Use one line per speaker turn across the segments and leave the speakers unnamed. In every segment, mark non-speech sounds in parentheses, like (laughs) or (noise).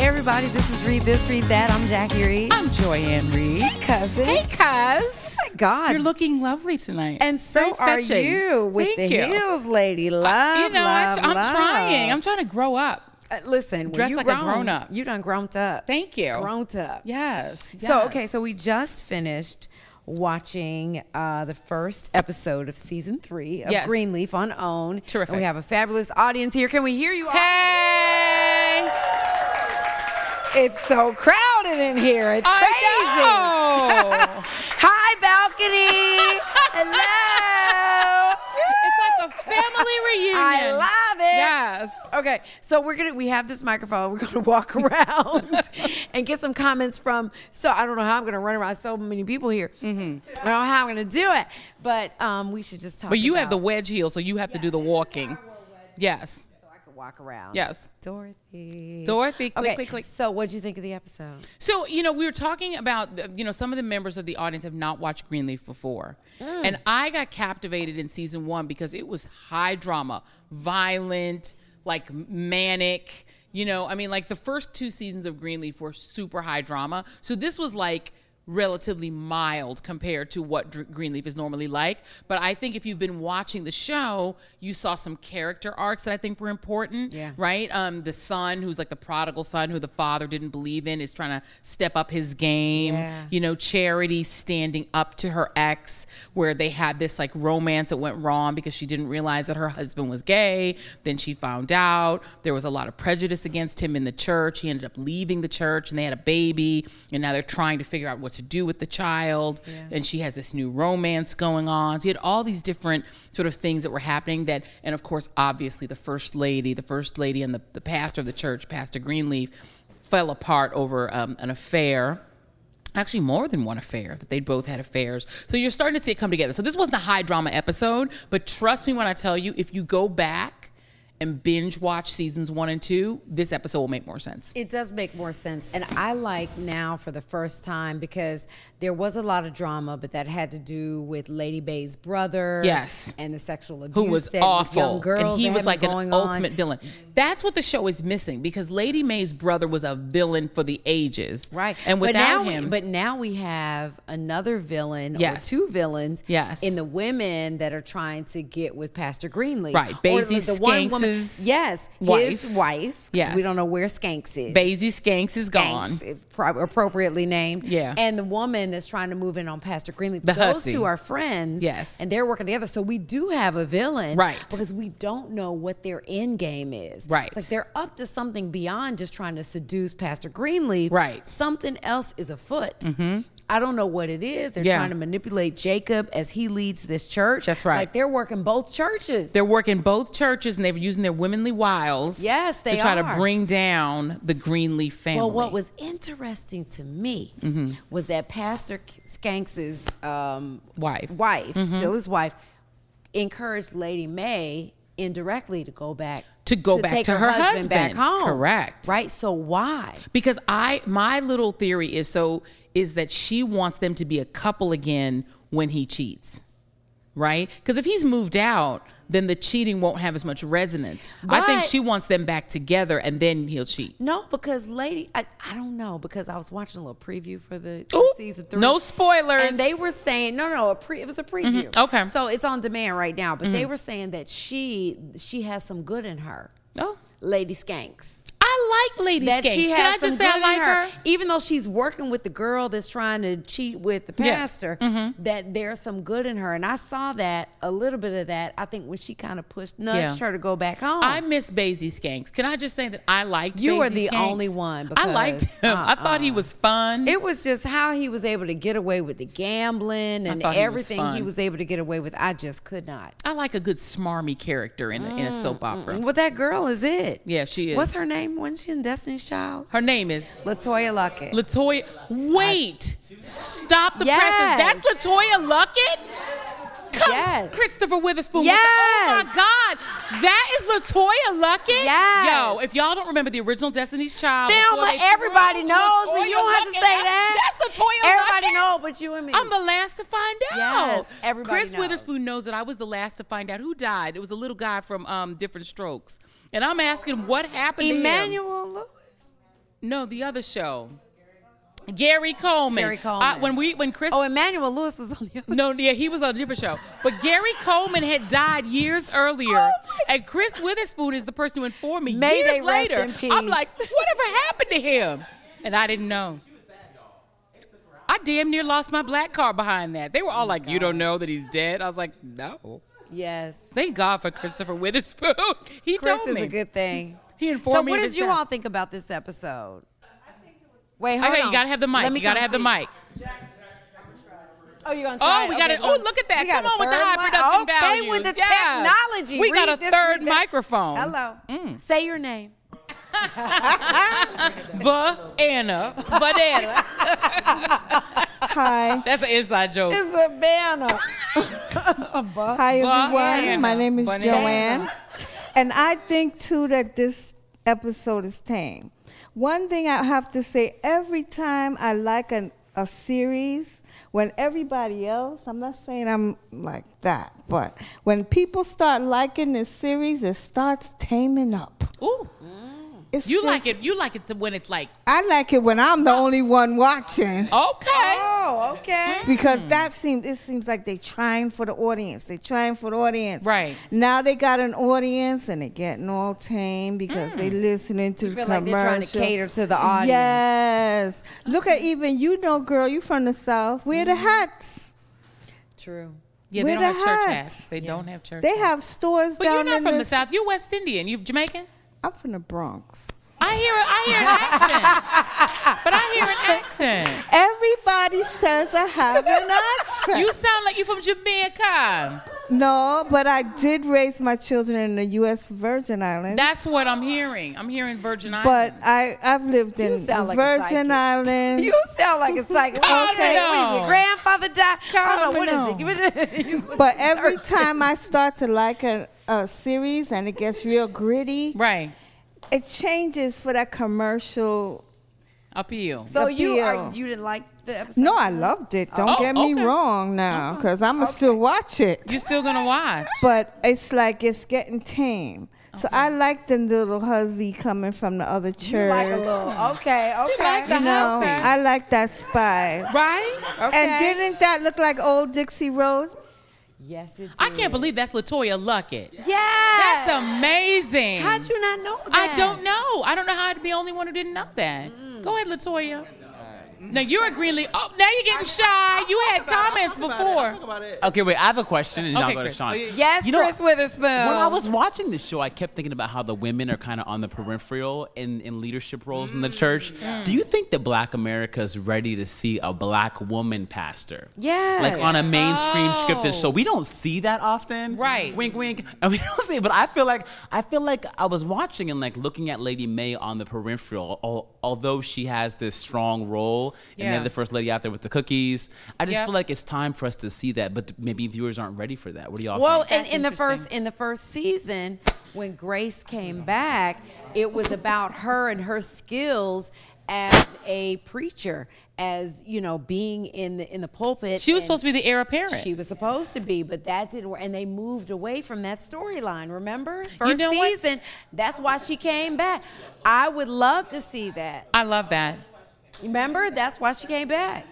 Hey everybody, this is Read This, Read That. I'm Jackie Reed.
I'm Joyanne Reed.
cousin. Oh,
Hey, cuz.
my God.
You're looking lovely tonight.
and so
Very
are
fetching.
you with
Thank
the
you. Uh,
heels, lady. Love,
you know,
love,
I, am
love.
trying. I'm trying to grow up.
Uh, listen, when
Dress
you
like a
grown,
grown-up.
You done grown up.
Thank you.
Grown up.
Yes, yes.
So okay, so we just finished watching uh, the first episode of season three of
Yes.
Greenleaf on OWN.
Terrific.
And we have a fabulous audience here. Can we hear you? all?
Hey.
It's so crowded in here. It's
I
crazy.
know.
Hi, balcony. Hello.
(laughs) It's like a family reunion.
(laughs) I love it.
Yes.
Okay, so we're gonna we have this microphone. We're
(laughs)
gonna walk around and get some comments from. So I don't know how I'm gonna run around so many people here.
Mm-hmm.
I don't know how I'm gonna do it, but um, we should just talk.
But you have the
about-
wedge heel, so you have to do the walking. Yes.
so I can walk around.
Yes.
Dorothy.
Dorothy, click,
Okay,
click, click.
So what would you think of the episode?
So, you know, we were talking about, the- you know, some of the members of the audience have not watched Greenleaf before. And I got captivated in season one because it was high drama, violent, like manic. You know, I mean, like the first two seasons of Greenleaf were super high drama. So this was like relatively mild compared to what Dr- Greenleaf is normally like. But I think if you've been watching the show, you saw some character arcs that I think were important
Yeah.
right? Um, the son who's like the prodigal son who the father didn't believe in is trying to step up his game.
Yeah.
You know, Charity standing up to her ex, where they had this like romance that went wrong because she didn't realize that her husband was gay. Then she found out there was a lot of prejudice against him in the church. He ended up leaving the church and they had a baby. And now they're trying to figure out what to do with the child. And she has this new romance going on. So you had all these different sort of things that were happening that, and of course, obviously, the first lady, the first lady and the, the pastor of the church, Pastor Greenleaf, fell apart over um, an affair actually more than one affair that they both had affairs so you're starting to see it come together so this wasn't a high drama episode but trust me when i tell you if you go back and binge watch seasons one and two this episode will make more sense
It does make more sense. And I like now for the first time because there was a lot of drama, but that had to do with Lady Bay's brother.
Yes.
And the sexual abuse.
who was
that
awful
Young girls
and he
that
was
had
like
been
an
going on.
ultimate villain that's what the show is missing because lady may's brother was a villain for the ages
Right.
and
but now
without
we-
him
but now we have another villain
Yes.
or two villains
Yes.
in the women that are trying to get with Pastor Greenlee.
Right.
Or
Basie
the one woman-
Skanks's
Yes. His
wife.
wife. 'cause
Yes.
We don't know where Skanks is.
Basie Skanks is gone.
Skanks, if pro- appropriately named.
Yeah.
And the woman that's trying to move in on Pastor Greenleaf.
The
Those
hussy.
two are friends.
Yes.
And they're working together. So we do have a villain.
Right.
Because we don't know what their end game is.
Right.
It's like they're up to something beyond just trying to seduce Pastor Greenleaf.
Right. Mm-hmm.
Something else is afoot. I don't know what it is. They're
Yeah.
trying to manipulate Jacob as he leads this church.
That's right.
Like they're working both churches.
They're working both churches and they're using their womanly wiles.
Yes, they
to try
are.
to bring down the Greenleaf family.
Well, what was interesting to me
Mm-hmm.
was that Pastor Skanks's um,
Wife. Mm-hmm.
wife, still his wife, encouraged Lady May indirectly to go back
To go back
take
to her
back
husband.
home.
Correct.
Right. So why?
because I my little theory is so is that she wants them to be a couple again when he cheats. Right? Because if he's moved out, then the cheating won't have as much resonance. I think
But-
she wants them back together and then he'll cheat.
No, because Lady, I, I don't know because I was watching a little preview for the for
Ooh,
season three.
no spoilers.
And they were saying no, no, a pre, it was a preview.
Mhm, okay. Mm-hmm.
So it's on demand right now, but they were saying that she she has some good in her,
Oh.
Lady Skanks.
I like Lady
that
Skanks.
she has
Can I
some
just say
good
I
in
like her?
even though she's working with the girl that's trying to cheat with the
Yeah. Mm-hmm.
pastor. That there's some good in her, and I saw that a little bit of that. I think when she kind of pushed nudged
Yeah.
her to go back home.
I miss Basie Skanks. Can I just say that I liked
Oh. You
Basie
were the
Skanks?
only one
I liked
because, uh-uh.
him. I thought he was fun.
it was just how he was able to get away with the gambling and
thought he was
everything he was,
fun.
able to get away with. I just could not.
I like a good smarmy character in, a in a soap opera.
Well, that girl is it.
Yeah, she is.
What's her name? Wasn't she in Destiny's Child?
Her name is
Latoya Luckett.
Latoya. Wait, stop the
Yes.
presses. That's Latoya Luckett. Come,
Yes.
Christopher Witherspoon. with the-
Yes.
oh my God, that is Latoya Luckett.
Yes.
Yo, if y'all don't remember the original Destiny's Child, before
Thelma,
they
everybody
threw
knows me.
Latoya
You don't have to say
Luckett out-
that.
That's Latoya
Everybody
Luckett.
know but you and me.
I'm the last to find out.
Yes, everybody
Chris
knows.
Witherspoon knows that I was the last to find out who died. It was a little guy from um, Different Strokes, and I'm asking what happened. to him.
Emmanuel Lewis.
No, the other show. Gary Coleman.
Gary
I-
Coleman.
when we when Chris
Oh, Emmanuel Lewis was on the other.
No, yeah, he was on a different show. But Gary Coleman had died years earlier, and Chris Witherspoon is the person who informed me
Oh May they
years
rest
later.
in peace. (laughs)
I'm like, whatever happened to him? And I didn't know. I damn near lost my black car behind that. They were all like, "You don't know that he's dead." I was like, "No."
Yes.
Thank God for Christopher Witherspoon. (laughs) He
Chris
told
is
me.
a good thing.
He informed
so
me
what
of
did
his
you
death.
all think about this episode? Wait, hold
okay,
on.
you gotta have the mic.
Let me
You gotta
come
have the
to
mic.
Oh, you're gonna try
Oh,
it?
we
Okay,
got it.
we're
Oh,
gonna-
look at
we
that.
got
Come
a
on with the
third
high
mic.
production
okay,
values.
with the
Yeah.
technology.
We got
Read
a
this,
third Mm.
read that.
microphone.
Hello. Say your name.
Banana. Banana.
Hi.
That's an inside joke.
It's a banner.
(laughs) Hi, everyone. My
Banana.
name is
Banana.
Joanne. And I think, too, that this episode is tame. One thing I have to say every time I like an, a series, when everybody else, I'm not saying I'm like that, but when people start liking this series, it starts taming up.
Ooh.
It's
You
just-
like it. You like it to when it's like,
I like it when I'm the only one watching.
okay.
oh, okay.
because
Mm.
that seems it seems like they trying for the audience. They trying for the audience.
Right.
Now they got an audience and they getting all tame because they
Mm.
listening to
You feel like
commercial.
they're trying to cater to the audience.
Yes.
Uh-huh.
Look at even you know, girl, you from the south. Wear
Mm.
the hats.
True.
Yeah, they
With
don't have
the
church
hats.
hats. They don't have church
They
hats.
have stores
But
down
you're not
in
from the
this-
South. You're West Indian. You Jamaican.
I'm from the Bronx.
I hear, I hear an accent.
(laughs)
But I hear an accent.
Everybody says I have an
(laughs)
accent.
You sound like you from Jamaica.
no, but I did raise my children in the U.S. Virgin Islands.
That's what I'm hearing. I'm hearing Virgin Islands.
But I, I've lived in
sound like a
Virgin
psychic. (laughs)
Islands.
You sound like a
(laughs)
psycho.
Calm
okay. What
down.
is your grandfather died? Hold on.
Calm
What is it? What is it? (laughs)
but every time I start to like a, a series and it gets real gritty,
right.
it changes for that commercial.
Appeal.
so you are,
Appeal.
you Uh-huh. didn't like the episode?
No, I loved it. Don't
Oh,
get me
okay.
wrong now, because I'm going to still watch it.
You're still gonna watch.
But it's like it's getting tame. So I like the little huzzy coming from the other church.
You like a little. Okay. Okay.
like the
You know,
huzzy.
I like that spice.
Right?
okay.
And didn't that look like old Dixie Road?
Yes, it did.
I can't believe that's Latoya Luckett.
Yeah.
That's amazing.
How'd you not know that?
I don't know. I don't know how I'd be the only one who didn't know that. Go ahead, Latoya. Now you're a green leaf. Oh, now you're getting shy. You had comments before.
Okay, wait. I have a question, and then
Okay,
I'll go
Chris.
to Sean.
Yes,
You know,
Chris Witherspoon.
When I was watching this show, I kept thinking about how the women are kind of on the peripheral in, in leadership roles in the church.
Mm.
Do you think that Black America is ready to see a Black woman pastor?
Yes.
Like on a mainstream
Oh.
scripted show. We don't see that often.
Right.
Wink, wink. (laughs) And we don't see it. But I feel like I feel like I was watching and like looking at Lady May on the peripheral, al- although she has this strong role and
Yeah.
they're the first lady out there with the cookies. I just
Yep.
feel like it's time for us to see that, but maybe viewers aren't ready for that. What do y'all
Well, in,
think?
That's
in the first
interesting.
in the first season, when Grace came back, it was about her and her skills as a preacher, as you know, being in the in the pulpit.
She was
and
supposed to be the heir apparent.
She was supposed to be, but that didn't work, and they moved away from that storyline. Remember, first
know what?
season. That's why she came back. I would love to see that.
I love that.
Remember, that's why she came back.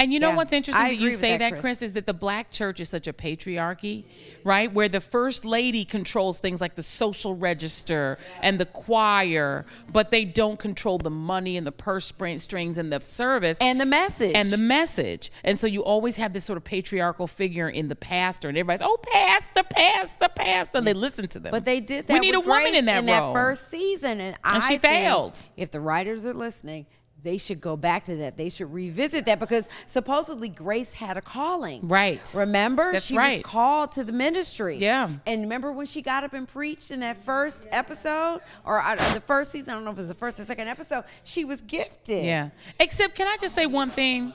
And you know
Yeah,
what's interesting
I
that
agree
you
with
say
that,
that,
Chris.
Chris. is that the black church is such a patriarchy, right? Where the first lady controls things like the social register and the choir, but they don't control the money and the purse spring- strings and the service
And the message.
and the message. And so you always have this sort of patriarchal figure in the pastor, and everybody's oh pastor, pastor, pastor, and they listen to them.
But they did that.
We need
with
a woman
Grace
in that role.
first season, and, I
she
think
failed.
If the writers are listening, they should go back to that. They should revisit that because supposedly Grace had a calling.
Right.
Remember,
That's
she
right.
was called to the ministry.
Yeah.
And remember when she got up and preached in that first episode or uh, the first season? I don't know if it was the first or second episode. She was gifted.
yeah. Except, can I just say one thing?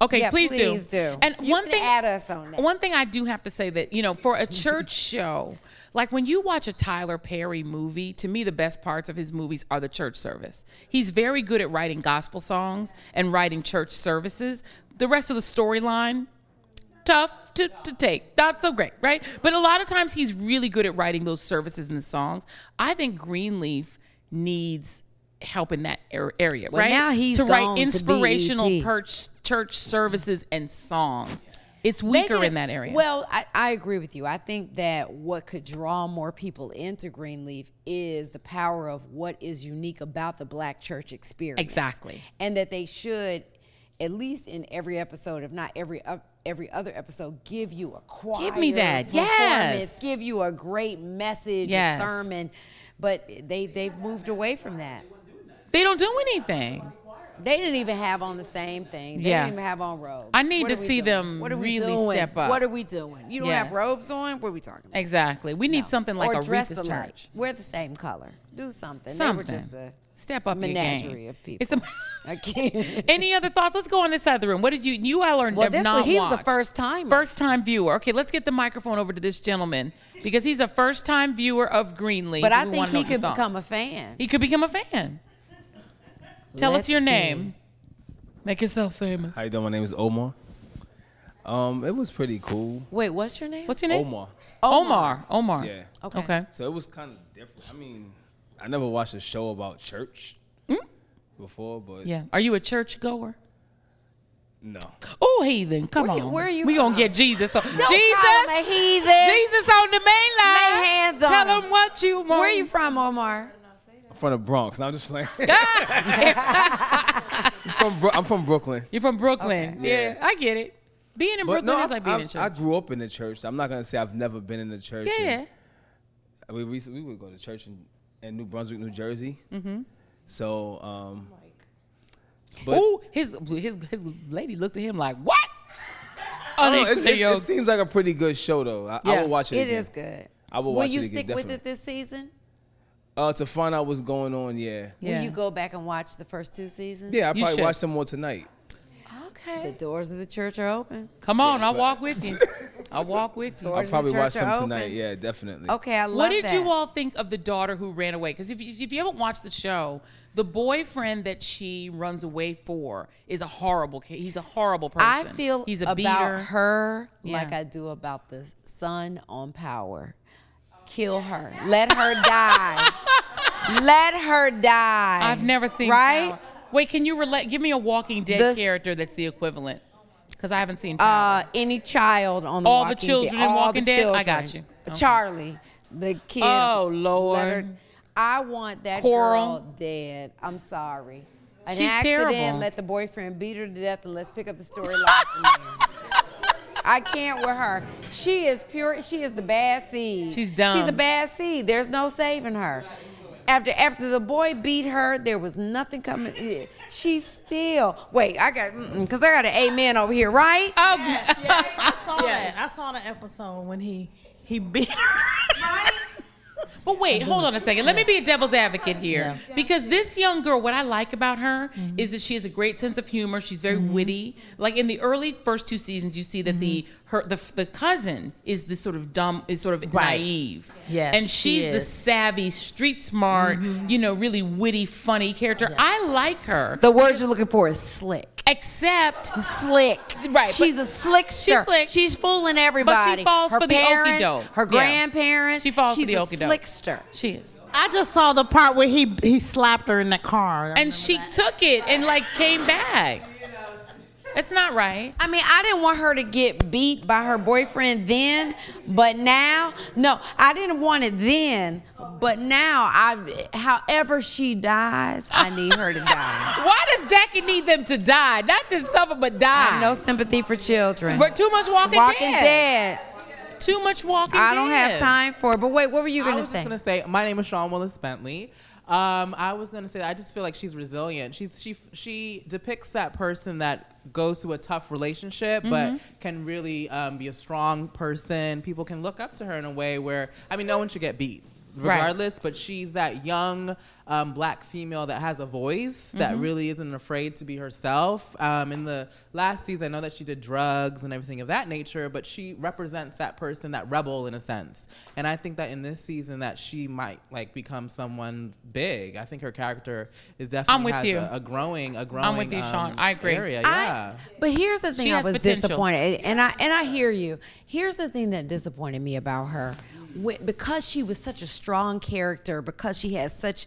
Okay,
Yeah,
please,
please
do.
do.
And
You
one
can
thing
add us on that.
One thing I do have to say that you know, for a
(laughs)
church show, like when you watch a Tyler Perry movie, to me the best parts of his movies are the church service. He's very good at writing gospel songs and writing church services. The rest of the storyline, tough to, to take. Not so great, right? But a lot of times he's really good at writing those services and the songs. I think Greenleaf needs help in that ar- area,
Well,
right?
now he's
to
gone
write
to E
inspirational
BET.
church church services and songs. It's
Make
weaker
it-
in that area.
Well, I, I agree with you. I think that what could draw more people into Greenleaf is the power of what is unique about the black church experience.
Exactly.
And that they should, at least in every episode, if not every up every other episode, give you a choir.
Give me that.
performance,
Yes.
Give you a great message,
Yes.
a sermon. But they, they've moved away from that.
they don't do anything.
They didn't even have on the same thing. They
Yeah.
didn't even have on robes.
I need
What
to
are we
see
doing?
them
what are we
really
doing?
step up.
What are we doing? You don't have
Yes.
robes on? What are we talking about?
Exactly. We need
No.
something like
or
a
dress
Reese's
alike.
church.
We're the same color. Do something.
Something.
They were just a
Step up your
menagerie
game.
of people.
It's a, (laughs)
Again.
any other thoughts? Let's go on this side of the room. What did you? You all are
well,
have
this
not
was, he was a
watched.
first time.
First time viewer. Okay, let's get the microphone over to this gentleman because he's a first time viewer of Greenleaf.
but I
We
think
wanna know
he
your
could
thoughts.
become a fan.
He could become a fan. Tell
Let's
us your
see.
name. Make yourself famous.
How you doing? My name is Omar. Um, it was pretty cool.
Wait, what's your name?
What's your name?
Omar.
Omar. Omar.
Yeah.
Okay.
Okay.
So it was kind of different. I mean, I never watched a show about church before, but
Hmm? Yeah. Are you a church goer?
no.
Oh, heathen. Come
Where
on.
you- where you
We going to
from?
get Jesus. on-
Don't Oh, call him a
Jesus.
heathen.
Jesus on the main line.
Lay hands on
Tell
him.
him what you want.
Where are you from, Omar?
I'm from the Bronx. No, I'm
(laughs)
just playing. I'm, from Bro- I'm from Brooklyn.
You're from Brooklyn. Yeah.
Yeah.
I get it. Being in
But
Brooklyn
no,
is
I-
like being
I,
in
I
church.
grew up in the church. I'm not gonna say I've never been in the church.
Yeah, yeah.
and- we recently we would go to church in, in New Brunswick, New Jersey.
Mm-hmm.
So, um, but
Ooh, his his his lady looked at him like, "What?"
I
Oh,
don't
they-
know, it's-
they
it's-
yo-
it seems like a pretty good show, though. I, I
Yeah.
will watch it.
It
again.
is good.
I will
Will
watch
you
it again,
stick with
definitely.
it this season?
Uh, to find out what's going on, yeah,
Yeah.
Will you go back and watch the first two seasons?
yeah. I
You
probably
should.
watch some more tonight.
The
Okay.
doors of the church are open.
Come on, I'll
but-
walk with
(laughs)
you. I'll walk with you.
Or
I'll
does the
probably
church
watch some
are
tonight.
open?
Yeah, definitely.
Okay, I love
What did
that.
you all think of the daughter who ran away? Because if you, if you haven't watched the show, the boyfriend that she runs away for is a horrible. ca- He's a horrible person.
I feel
he's a
about
beater.
her like
Yeah.
I do about the sun on power. Kill her. Let her
(laughs)
die. Let her die.
I've never seen
right.
Power. Wait, can you relate? Give me a Walking Dead
This-
character that's the equivalent. Because I haven't seen. Power.
Uh, any child on the
All the
Walking
children
Dead.
in
all
Walking
the
Dead? I
children. Uh,
got you. Okay.
Charlie, the kid.
Oh, Lord.
let her- I want that
Coral.
girl dead. I'm sorry. An
She's
accident,
terrible.
Let the boyfriend beat her to death, and let's pick up the storyline.
(laughs)
from there. I can't with her. She is pure. She is the bad seed.
She's dumb.
She's a bad seed. There's no saving her. After after the boy beat her, there was nothing coming. yeah. She still wait. I got because I got an amen over here, right?
oh,
I
(laughs)
saw that. I saw the episode when he he beat her.
But wait, hold on a second. Let me be a devil's advocate here. Because this young girl, what I like about her
Mm-hmm.
is that she has a great sense of humor. She's very witty. Like in the early first two seasons, you see that the
Mm-hmm.
her the, the cousin is the sort of dumb is sort of
Right.
naive.
Yes,
And
she
she's the
is. Mm-hmm.
savvy, street smart, you know, really witty, funny character. I like her.
The word you're looking for is slick.
Except
Slick.
Right, but-
She's a slickster.
She's slick.
She's fooling everybody.
falls
her
for the okie
parents,
doke.
Her
Yeah.
grandparents.
she falls
she's
for the
a
okie doke.
slickster.
She is.
I just saw the part where he he slapped her in the car.
And she took it and like came back. That's not right.
I mean, I didn't want her to get beat by her boyfriend then, but now, no, I didn't want it then, but now, I, however she dies, I need her
(laughs)
to die.
Why does Jackie need them to die? Not to suffer, but
I
die.
have no sympathy for children.
But too much walking,
Walking
dead.
dead.
Too much walking
I don't
dead.
have time for it. But wait, what were you
I
going to
was
say?
just gonna say my name is Sean Willis Bentley. Um, I was gonna say that I just feel like she's resilient. She's she she depicts that person that goes through a tough relationship, but can really um, be a strong person. People can look up to her in a way where I mean, no one should get beat.
Right.
Regardless, but she's that young um, black female that has a voice
Mm-hmm.
that really isn't afraid to be herself. Um, in the last season, I know that she did drugs and everything of that nature, but she represents that person, that rebel in a sense. And I think that in this season, that she might like become someone big. I think her character is definitely
with
has
you.
A, a growing, a growing. um,
I'm with you, Sean. I agree.
Area,
I-
yeah.
but here's the thing
She
I
has
was
potential.
disappointed, and I and I hear you. Here's the thing that disappointed me about her, Wh- because she was such a strong character, because she has such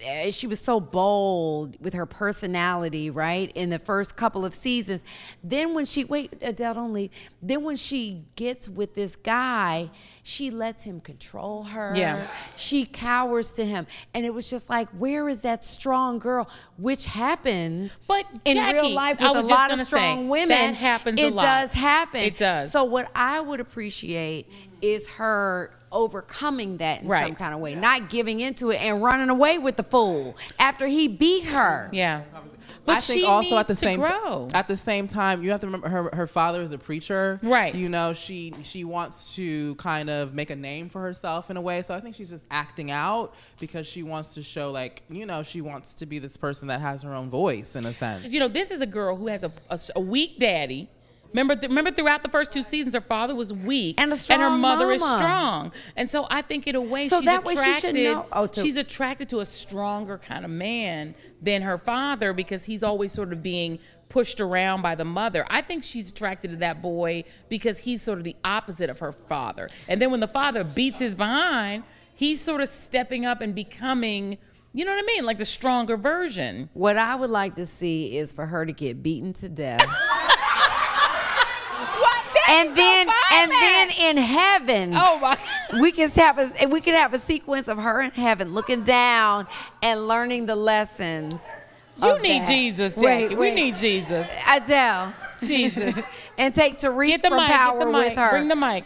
eh, she was so bold with her personality, right? In the first couple of seasons. Then when she wait, Adele don't leave. Then when she gets with this guy, she lets him control her.
Yeah.
She cowers to him. And it was just like, where is that strong girl? Which happens
But,
in
Jackie,
real life
I
with a
was just
lot of
gonna
strong
say,
women.
that happens a
It
lot.
does happen.
It does.
So what I would appreciate is her overcoming that in some
Right.
kind of way, not giving into it and running away with the fool after he beat her.
Yeah.
I think also at the same
grow.
at the same time you have to remember her her father is a preacher
Right.
you know she she wants to kind of make a name for herself in a way so I think she's just acting out because she wants to show like you know she wants to be this person that has her own voice in a sense
you know, this is a girl who has a, a s- a weak daddy. Remember, th- remember, throughout the first two seasons, her father was weak,
And a
her
strong
mother is
mama.
strong. And so, I think in a way,
So
she's
that way she should
attracted.
know- oh, to-
she's attracted to a stronger kind of man than her father because he's always sort of being pushed around by the mother. I think she's attracted to that boy because he's sort of the opposite of her father. And then when the father beats his behind, he's sort of stepping up and becoming, you know what I mean, like the stronger version.
What I would like to see is for her to get beaten
(laughs)
to death. and then and then in heaven
Oh my.
we can have a we can have a sequence of her in heaven looking down and learning the lessons.
You
of
need
that.
Jesus, Jackie.
Wait,
We
wait.
need Jesus.
Adele.
Jesus.
(laughs) and take Tariq
Get the
from
mic.
power
Get the mic.
with her.
Bring the mic.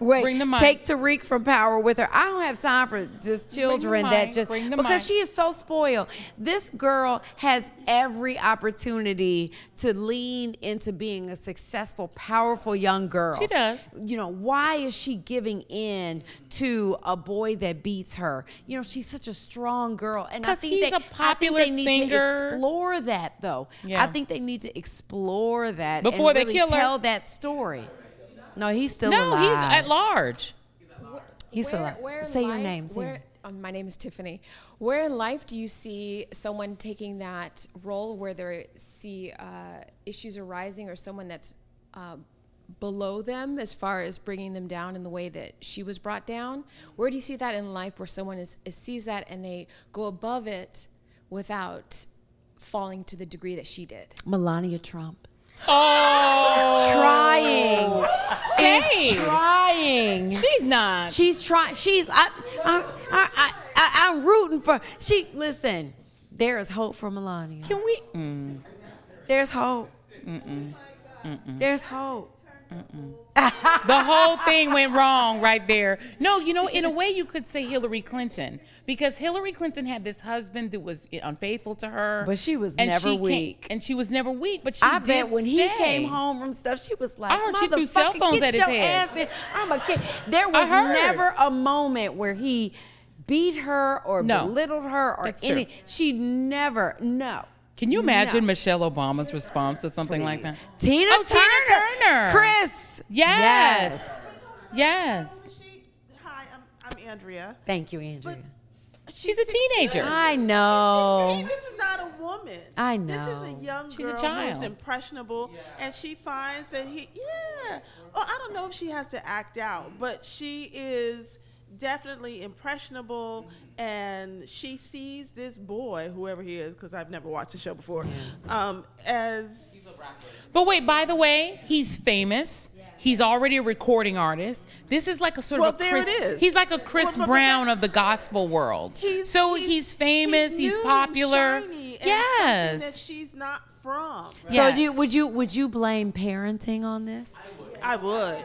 Wait,
bring the mic.
take Tariq from power with her. I don't have time for just children that
mic.
just
Bring the
because
mic.
she is so spoiled. This girl has every opportunity to lean into being a successful, powerful young girl.
She does.
You know, why is she giving in to a boy that beats her? You know, she's such a strong girl. And I
'Cause
think
he's
they,
a popular
I think they need to
singer.
explore that though.
Yeah.
I think they need to explore that and
Before they
really
kill her.
tell that story. No, he's still
No,
alive.
he's uh, at large.
He's still
Where-
alive.
where in
Say your
life-
name. Say your
where-
name.
um, my name is Tiffany. Where in life do you see someone taking that role where they see uh, issues arising or someone that's uh, below them as far as bringing them down in the way that she was brought down? Where do you see that in life where someone is, is sees that and they go above it without falling to the degree that she did?
Melania Trump.
Oh,
Trying. She's
Shade.
trying.
she's not.
She's trying. She's. I, I, I, I, I, I'm rooting for. She. Listen, there is hope for Melania.
Can we?
There's hope. There's hope.
The whole thing went wrong right there. No, you know, in a way, you could say Hillary Clinton because Hillary Clinton had this husband that was unfaithful to her,
But she was never
came-
weak.
and she was never weak. But she
I
did
bet when he
stay.
came home from stuff, she was like,
I heard she threw cell
"Motherfucker,
phones
get
at his
your
head."
ass in. I'm a kid. There was
heard.
never a moment where he beat her or
No.
belittled her or
That's true.
any. She never. No.
Can you imagine
No.
Michelle Obama's response to something like that?
Tina
Oh,
Turner.
Tina Turner.
Chris.
Yes. Yes.
She, hi, I'm, I'm Andrea.
Thank you, Andrea.
She's a teenager.
I
Hey,
know.
this is not a woman.
I
This
know.
is a young
Oh. She's a
girl
child.
who's impressionable, and she finds that he, yeah. Well, I don't know if she has to act out, but she is definitely impressionable, and she sees this boy, whoever he is, because I've never watched the show before, um, as
But wait, by the way, he's famous. He's already a recording artist. This is like a sort
Well,
of a
there
Chris.
it is.
He's like a Chris
Well, but- but
Brown
that-
of the gospel world.
He's,
so he's, famous. He's,
new and
popular.
shiny and something that
yes.
she's not from.
So do you, would you would you blame parenting on this?
I would.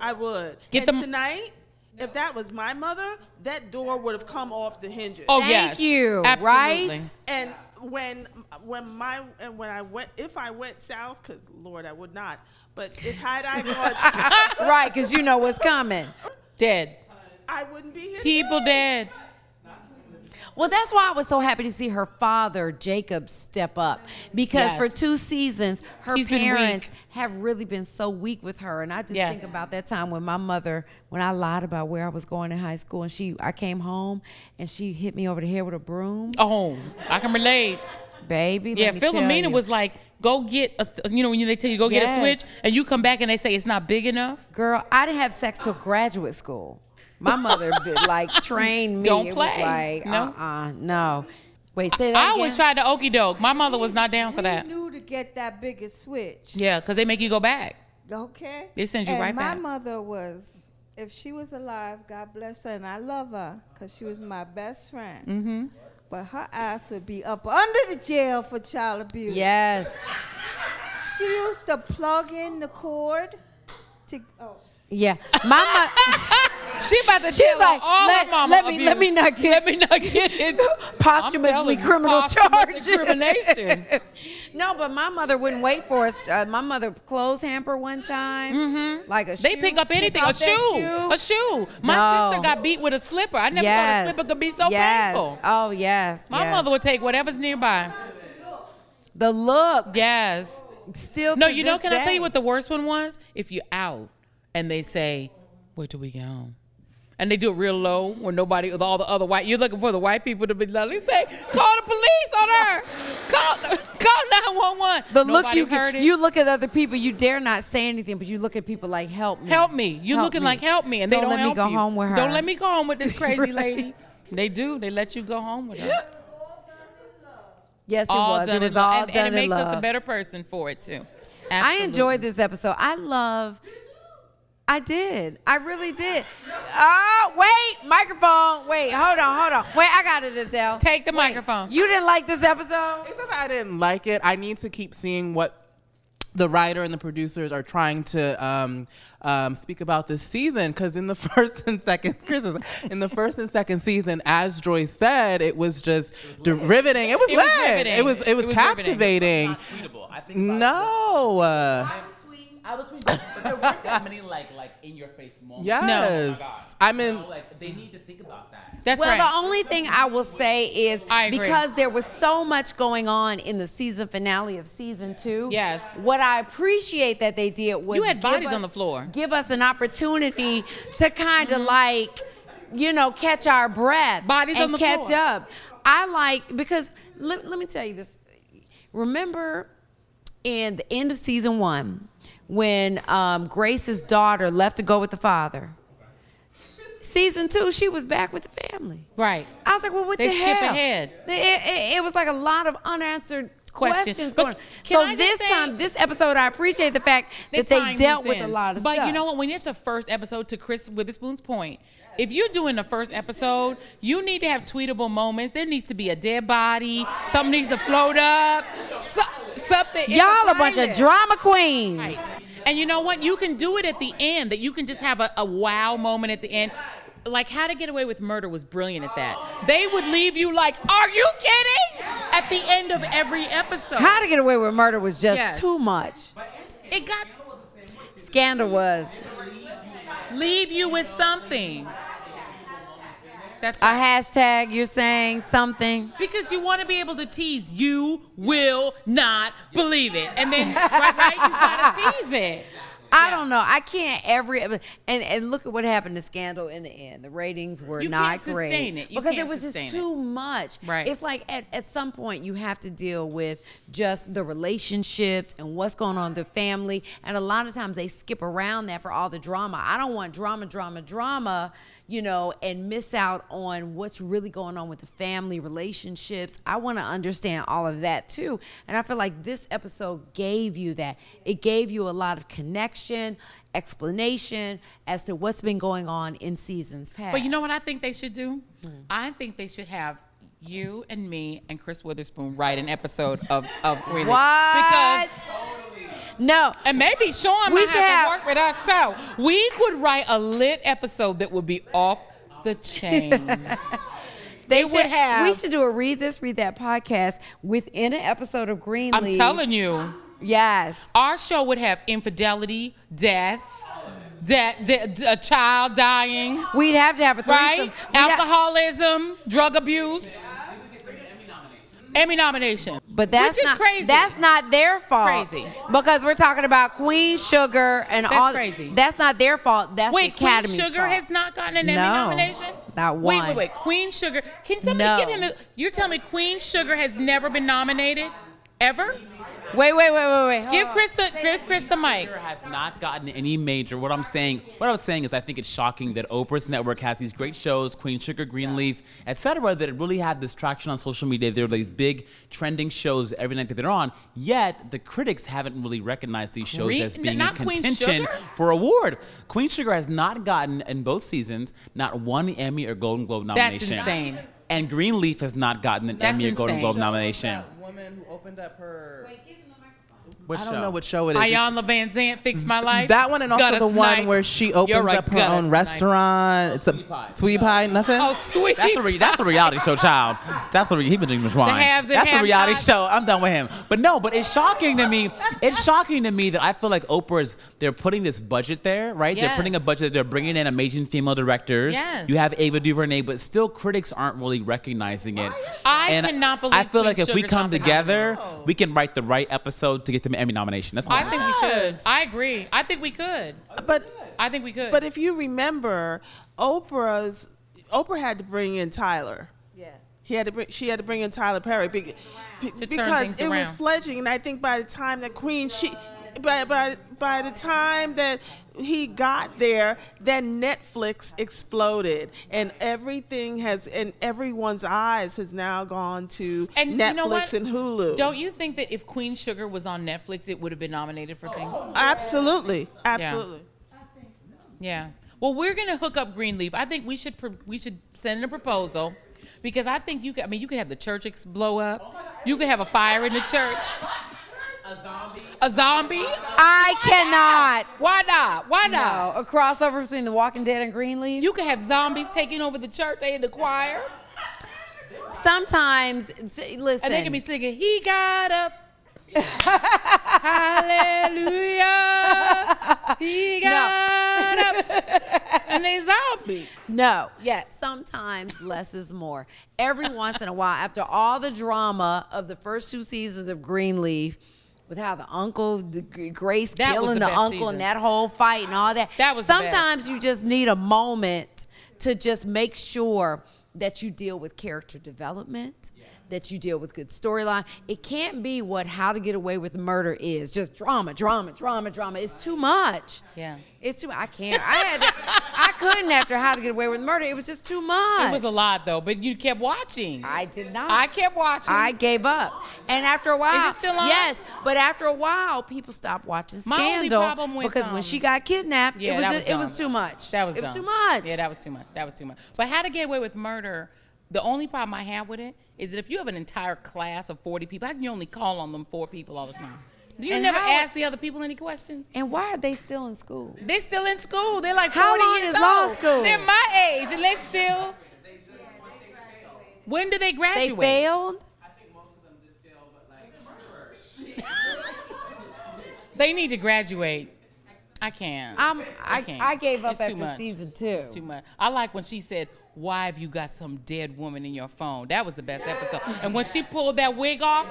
I would.
Get
and
the-
tonight, if that was my mother, that door would have come off the hinges.
Oh
Thank
yes.
you,
Absolutely.
right?
And when when my and when I went if I went south, because Lord, I would not. But if had
(laughs)
I gone,
right, because you know what's coming.
Dead.
I wouldn't be here.
People
today.
dead.
Well, that's why I was so happy to see her father, Jacob, step up because
Yes.
for two seasons, her
He's been
parents
weak.
have really been so weak with her. And I just
Yes.
think about that time when my mother, when I lied about where I was going in high school, and she, I came home and she hit me over the head with a broom.
Oh, I can relate.
baby.
Yeah,
let me tell
Philomena
you.
was like, go get a, th- you know, when you, they tell you go get a
Yes.
switch and you come back and they say it's not big enough.
Girl, I didn't have sex till graduate school.
(laughs)
My mother been, like trained me.
Don't
It
play.
Was like,
No.
uh, uh no. Wait, say that
I always
again?
tried to okey doke. My mother was not down for that.
We knew to get that biggest switch.
Yeah, because they make you go back.
Okay.
They send you
and
right
my
back.
mother was, if she was alive, God bless her, and I love her because she was my best friend. Mm-hmm. But her ass would be up under the jail for child abuse.
Yes.
She used to plug in the cord to. Oh.
Yeah.
(laughs)
My mother.
She about to
She's
tell
like,
all
let,
her mama
let me
abuse.
let me not get
Let me (laughs) not get it.
posthumously
telling you,
criminal
posthumous
charges.
incrimination.
(laughs) no, but my mother wouldn't wait for us. Uh, my mother clothes hamper one time, like a
Mm-hmm. They
shoe,
pick up anything.
out
A
their
shoe, A shoe. My
No.
sister got beat with a slipper. I never thought a slipper could be so
yes.
painful.
Oh yes.
My
yes.
mother would take whatever's nearby.
The look.
Yes.
Still.
No,
to
you know,
this
can I tell
day.
you what the worst one was? If you're out and they say, wait till we get home. And they do it real low when nobody, with all the other white, you're looking for the white people to be like, they say, call the police on her. Call, (laughs) call 911.
The look
Nobody
you
heard
get,
it.
you look at other people, you dare not say anything, but you look at people like help me.
help me. You're
Help
looking
me.
like help me. And they
Don't
don't
let me
help
go
you.
home with her.
Don't let me go home
(laughs)
with this crazy
Right.
lady. They do. They let you go home with her.
Yes, it
all
was.
done
It was
in love.
all
and,
done
and it
in
makes
love.
us a better person for it too.
I enjoyed
Absolutely.
this episode. I love. I did. I really did. Oh wait, microphone. Wait, hold on, hold on. Wait, I got it, Adele.
Take the microphone.
You didn't like this episode?
It's not that I didn't like it. I need to keep seeing what the writer and the producers are trying to um, um, speak about this season because in the (laughs) first and second Chris is- in the first and second season as Joy said it was just de- riveting it was
It was
lit
riveting.
it was it was
It was riveting.
captivating
Tweetable. I think about
no uh,
I was tweeting, but there weren't that many like like in your face moments.
yes I mean
like they need to think about that.
That's
well,
right.
the only thing I will say is
I agree.
because there was so much going on in the season finale of season two.
Yes.
What I appreciate that they did was
You had
give
bodies on
us-
the floor.
Give us an opportunity to kind of like, you know, catch our breath.
Mm-hmm. Bodies
and
on the
catch
floor.
up. I like because let, let me tell you this. Remember in the end of season one when um, Grace's daughter left to go with the father. Season two, she was back with the family.
right.
I was like, well, what
They
the
skip
hell?
ahead.
They- It, it- it was like a lot of unanswered
Questions.
questions.
But
going-
can
So
I just
this
say-
time, this episode, I appreciate the fact that
They
they
time
dealt
these
with
in.
a lot of
but
stuff.
you know what? When it's a first episode, to Chris Witherspoon's point, if you're doing the first episode, you need to have tweetable moments. There needs to be a dead body. Something needs to float up. So, something.
Y'all a bunch of
exciting.
drama queens.
Right. And you know what? You can do it at the end, that you can just have a, a wow moment at the end. Like How to Get Away with Murder was brilliant at that. They would leave you like, Are you kidding? At the end of every episode.
How to Get Away with Murder was just
Yes.
too much.
it got
Scandal was.
leave you with something. That's
A hashtag, you're saying something.
because you want to be able to tease. You will not believe it. And then right, right, you gotta tease it.
I don't know. I can't every and and look at what happened to Scandal in the end. The ratings were
You
not
can't sustain
great
it. You
because
can't
it was just
sustain it.
too much.
Right.
It's like at, at some point you have to deal with just the relationships and what's going on in the family. And a lot of times they skip around that for all the drama. I don't want drama, drama, drama. You know, and miss out on what's really going on with the family relationships. I want to understand all of that too. And I feel like this episode gave you that. It gave you a lot of connection, explanation as to what's been going on in seasons past.
But you know what I think they should do?
Hmm.
I think they should have you and me and Chris Witherspoon write an episode of
(laughs)
of Green Room.
What?
Because
No.
and maybe Sean
We
might
should
have to
have-
work with us too. We could write a lit episode that would be off the chain.
(laughs) They
would
should-
have-
We should do a read this, read that podcast within an episode of Greenleaf.
I'm telling you,
Yes.
our show would have infidelity, death, that a child dying,
We'd have to have a threesome.
right?
We'd ha-
Alcoholism, drug abuse. Emmy nomination.
But that's
Which is
not
crazy.
that's not their fault.
Crazy.
Because we're talking about Queen Sugar and
That's
all
crazy.
that's not their fault. That's
Wait,
the
Queen
Academy's
Sugar
fault.
has not gotten an
No,
Emmy nomination.
not
Wait,
one.
wait, wait. Queen Sugar. Can somebody
No.
give him? A, you're telling me Queen Sugar has never been nominated, ever?
Wait, wait, wait, wait, wait. Hold
Give
Oh.
on.
Chris the give Chris the mic.
has not gotten any major. What I'm saying, what I was saying is, I think it's shocking that Oprah's network has these great shows, Queen Sugar, Greenleaf, etc., that really have this traction on social media. There are these big trending shows every night that they're on. Yet the critics haven't really recognized these shows
Green-
as being
not
in
Queen
contention
Sugar?
for award. Queen Sugar has not gotten in both seasons not one Emmy or Golden Globe nomination.
insane.
And Greenleaf has not gotten an
That's
Emmy or Golden
insane.
Globe
Show
nomination.
That woman who opened up her.
What
I don't
show?
know what show it is. It's-
Ayanna Van Zant fixed my life.
That one and also
Gutter
the one
Snipe.
where she
You're
opens
right,
up her
Gutter
own
Snipe.
restaurant. It's a sweetie pie, nothing.
Oh sweet.
(laughs) That's a, re- that's a reality show, child. That's a re- he been drinking much wine.
haves and
that's a
have
reality
nots.
show. I'm done with him. But no, but it's shocking to me. It's shocking to me that I feel like Oprah's. They're putting this budget there, right? They're putting a
Yes.
budget. They're bringing in amazing female directors.
Yes.
You have Ava DuVernay, but still critics aren't really recognizing it.
I cannot believe
I feel
Queen
like if we
Sugar's
come
not been
together, we can write the right episode to get them an Emmy nomination. That's my
I think we should. I agree. I think we could.
But
I think we could.
But if you remember, Oprah's Oprah had to bring in Tyler. Yeah. He had to bring, she had to bring in Tyler Perry be- be-
To turn
because
things
it was
around.
fledgling, and I think by the time that Queen she. By, by, by the time that he got there, then Netflix exploded, and everything has, and everyone's eyes has now gone to
and
Netflix
you know what?
and Hulu.
Don't you think that if Queen Sugar was on Netflix, it would have been nominated for things?
absolutely, absolutely.
Yeah. Well, we're gonna hook up Greenleaf. I think we should pro- we should send in a proposal because I think you could. I mean, you could have the church ex- blow up. You could have a fire in the church. A zombie. A zombie.
I cannot.
Why not? Why not?
No, Oh, a crossover between The Walking Dead and Greenleaf.
You could have zombies taking over the church. They in the choir
Sometimes, t- listen.
and they can be singing. He got up.
(laughs)
Hallelujah. He got up. And they zombies.
No.
Yes.
Sometimes less is more. Every once in a while, after all the drama of the first two seasons of Greenleaf, with how the uncle, the G- Grace
That was
killing
the
the,
best
uncle
season.
and that whole fight and all that.
That was the best.
Sometimes you just need a moment to just make sure that you deal with character development. That you deal with good storyline. It can't be what How to Get Away with Murder is just drama, drama, drama, drama. It's too much.
Yeah.
It's too. I can't. I had. To, I couldn't after How to Get Away with Murder. It was just too much.
It was a lot though, but you kept watching.
I did not.
I kept watching.
I gave up. And after a while,
still on?
yes, but after a while, people stopped watching
My only
Scandal
problem with,
because
um,
when she got kidnapped,
Yeah,
it was
that
just,
was
it was
dumb.
too much.
That was
it was
dumb.
too much.
Yeah, that was too much. That was too much. But how to get away with murder? The only problem I have with it is that if you have an entire class of forty people, how can you only call on them four people all the time? Do you
And
never
how-
ask the other people any questions?
and why are they still in school?
They're still in school. They're like
How
40
long
years
is law
old.
school?
They're my age, and they still. When do they
They
graduate?
failed.
They need to graduate. I can't.
I'm,
I
I,
can't.
I gave up
It's too
after
much.
season two.
It's too much. I like when she said, "Why have you got some dead woman in your phone?" That was the best episode. And when she pulled that wig off,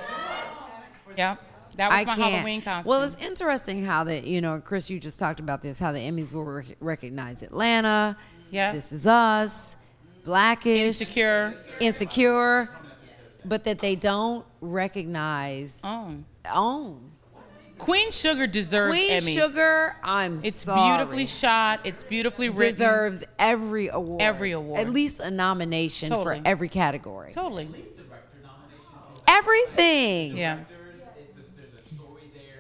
yeah, that was
I
my
can't.
Halloween costume.
Well, it's interesting how that you know, Chris, you just talked about this, how the Emmys will rec- recognize Atlanta.
Yeah.
This is Us, Blackish,
insecure.
Insecure, but that they don't recognize
Oh.
own
Queen Sugar deserves
Queen
Emmys.
Sugar. I'm
It's
sorry.
beautifully shot. It's beautifully written.
deserves every award,
Every award.
at least a nomination
Totally.
for every category,
Totally.
everything.
Yeah.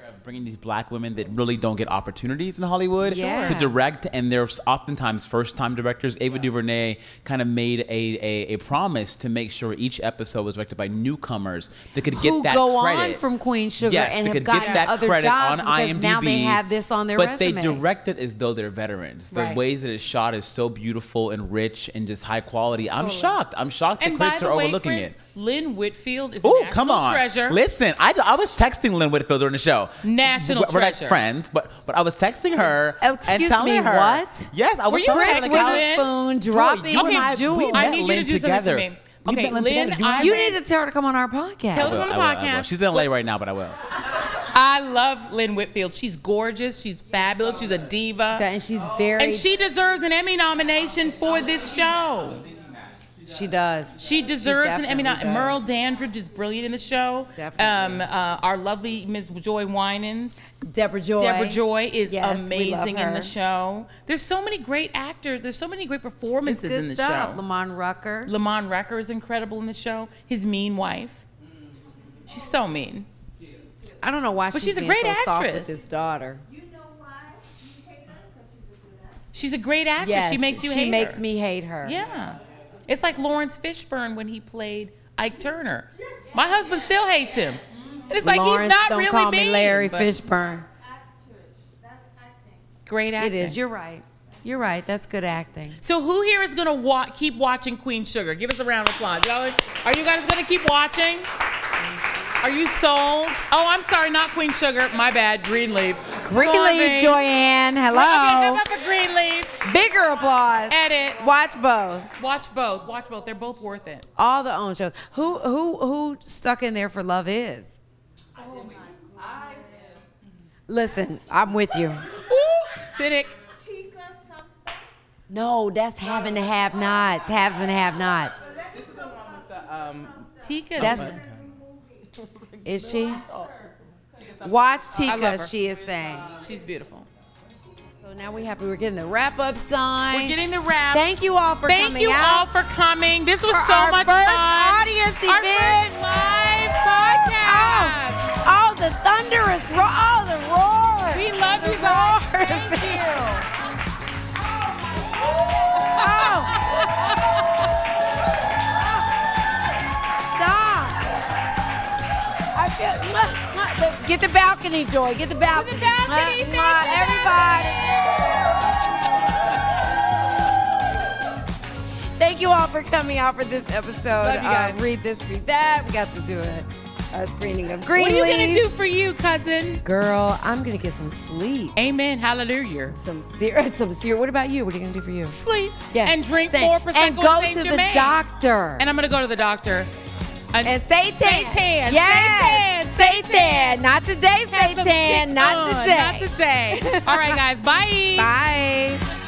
of bringing these black women that really don't get opportunities in Hollywood
Sure.
to direct, and they're oftentimes first-time directors. Ava DuVernay kind of made a, a, a promise to make sure each episode was directed by newcomers that could get
Who
that
go
credit.
on from Queen Sugar
yes,
and
that
have
could
gotten
get that
other
credit
jobs
on
because
IMDb.
now they have this on their
but
resume.
they direct it as though they're veterans. The
Right.
ways that it's shot is so beautiful and rich and just high quality. I'm shocked. I'm shocked
And
the
by
critics
the
are
way,
overlooking
Chris,
it.
Lynn Whitfield is a
Oh,
national
come on.
treasure.
Listen, I, I was texting Lynn Whitfield during the show.
National
We're- We're not
treasure.
friends, but but I was texting her. and
Oh, Excuse
telling
me,
her,
what?
Yes, I
Were
was
you
telling her.
Chris
Like,
I was-
Lynn?
Witherspoon dropping
you and
my
I- we
jewel.
met
I need you to
Lynn
do something
together.
for me. Okay,
met Lynn
Lynn,
together.
I
You
read-
need to tell her to come on our podcast.
Tell her-
I will,
on the
I will, I will.
podcast.
She's in LA right now, but I will.
I love Lynn Whitfield. She's gorgeous. She's fabulous. She's a diva.
and she's very.
And she deserves an Emmy nomination for this show.
she does.
She deserves an Emmy
definitely
nomination.
does.
Merle Dandridge is brilliant in the show. Um,
Definitely.
uh, our lovely Ms. Joy Winans.
Deborah Joy.
Deborah Joy is
Yes, we love
amazing in the
her.
show. There's so many great actors. There's so many great
It's
performances in
good
the
stuff.
show.
Lamont Rucker.
Lamon Recker is incredible in the show. His mean wife. She's so mean.
I don't know why
But
she's,
she's a
being
great
so soft
actress.
with his daughter.
She's a great actress.
Yes,
she makes you
She
hate
makes
her.
me hate her.
Yeah. It's like Lawrence Fishburne when he played Ike Turner. My husband still hates him. And it's like
Lawrence,
he's not
don't
really
call me
mean,
Larry
but
Fishburne.
Great acting.
It is. You're right. You're right. That's good acting.
So who here is gonna wa- keep watching Queen Sugar? Give us a round of applause. Y'all, are you guys gonna keep watching? Are you sold? Oh, I'm sorry, not Queen Sugar. My bad. Greenleaf.
Really,
Sorry.
Joyanne.
Okay,
Hello.
give up for Greenleaf.
Bigger applause.
Edit.
Watch both.
Watch both. Watch both. They're both worth it.
All the own shows. Who who who stuck in there for love is? Listen, I'm with you.
Siddick.
No, that's having to have nots, haves and have nots.
Tika.
That's is she? Watch
love her.
Tika. She is saying.
She's beautiful.
So now we have we're getting the wrap up sign.
We're getting the wrap.
Thank you all for
Thank
coming
you
out.
all for coming. This was
For
so
our
much
first
fun.
audience
Our
event.
first live podcast.
Oh, all the thunderous roar, all the roar.
We love
the
you guys.
roars.
Thank you.
Oh. Stop. I feel. Mwah, mwah. But Get the balcony, Joy. Get the balcony.
the balcony.
Mwah,
Thank
mwah,
you,
everybody. Thank you all for coming out for this episode.
Love you guys.
Uh, read this, read that. We got to do a, a screening of Greenleaf.
What are you gonna do for you, cousin?
Girl, I'm gonna get some sleep.
Amen. Hallelujah.
Some serum. (laughs) Some serum. What about you? What are you gonna do for you?
Sleep.
Yeah.
And drink
Say-
more prosecco
And go
Saint
to the
Germain.
doctor.
And I'm gonna go to the doctor. And,
And Satan.
Satan.
Yes. Satan. Not today,
Have some
Satan.
chick
Not
on.
(laughs) today.
Not today. All right, guys. Bye.
Bye.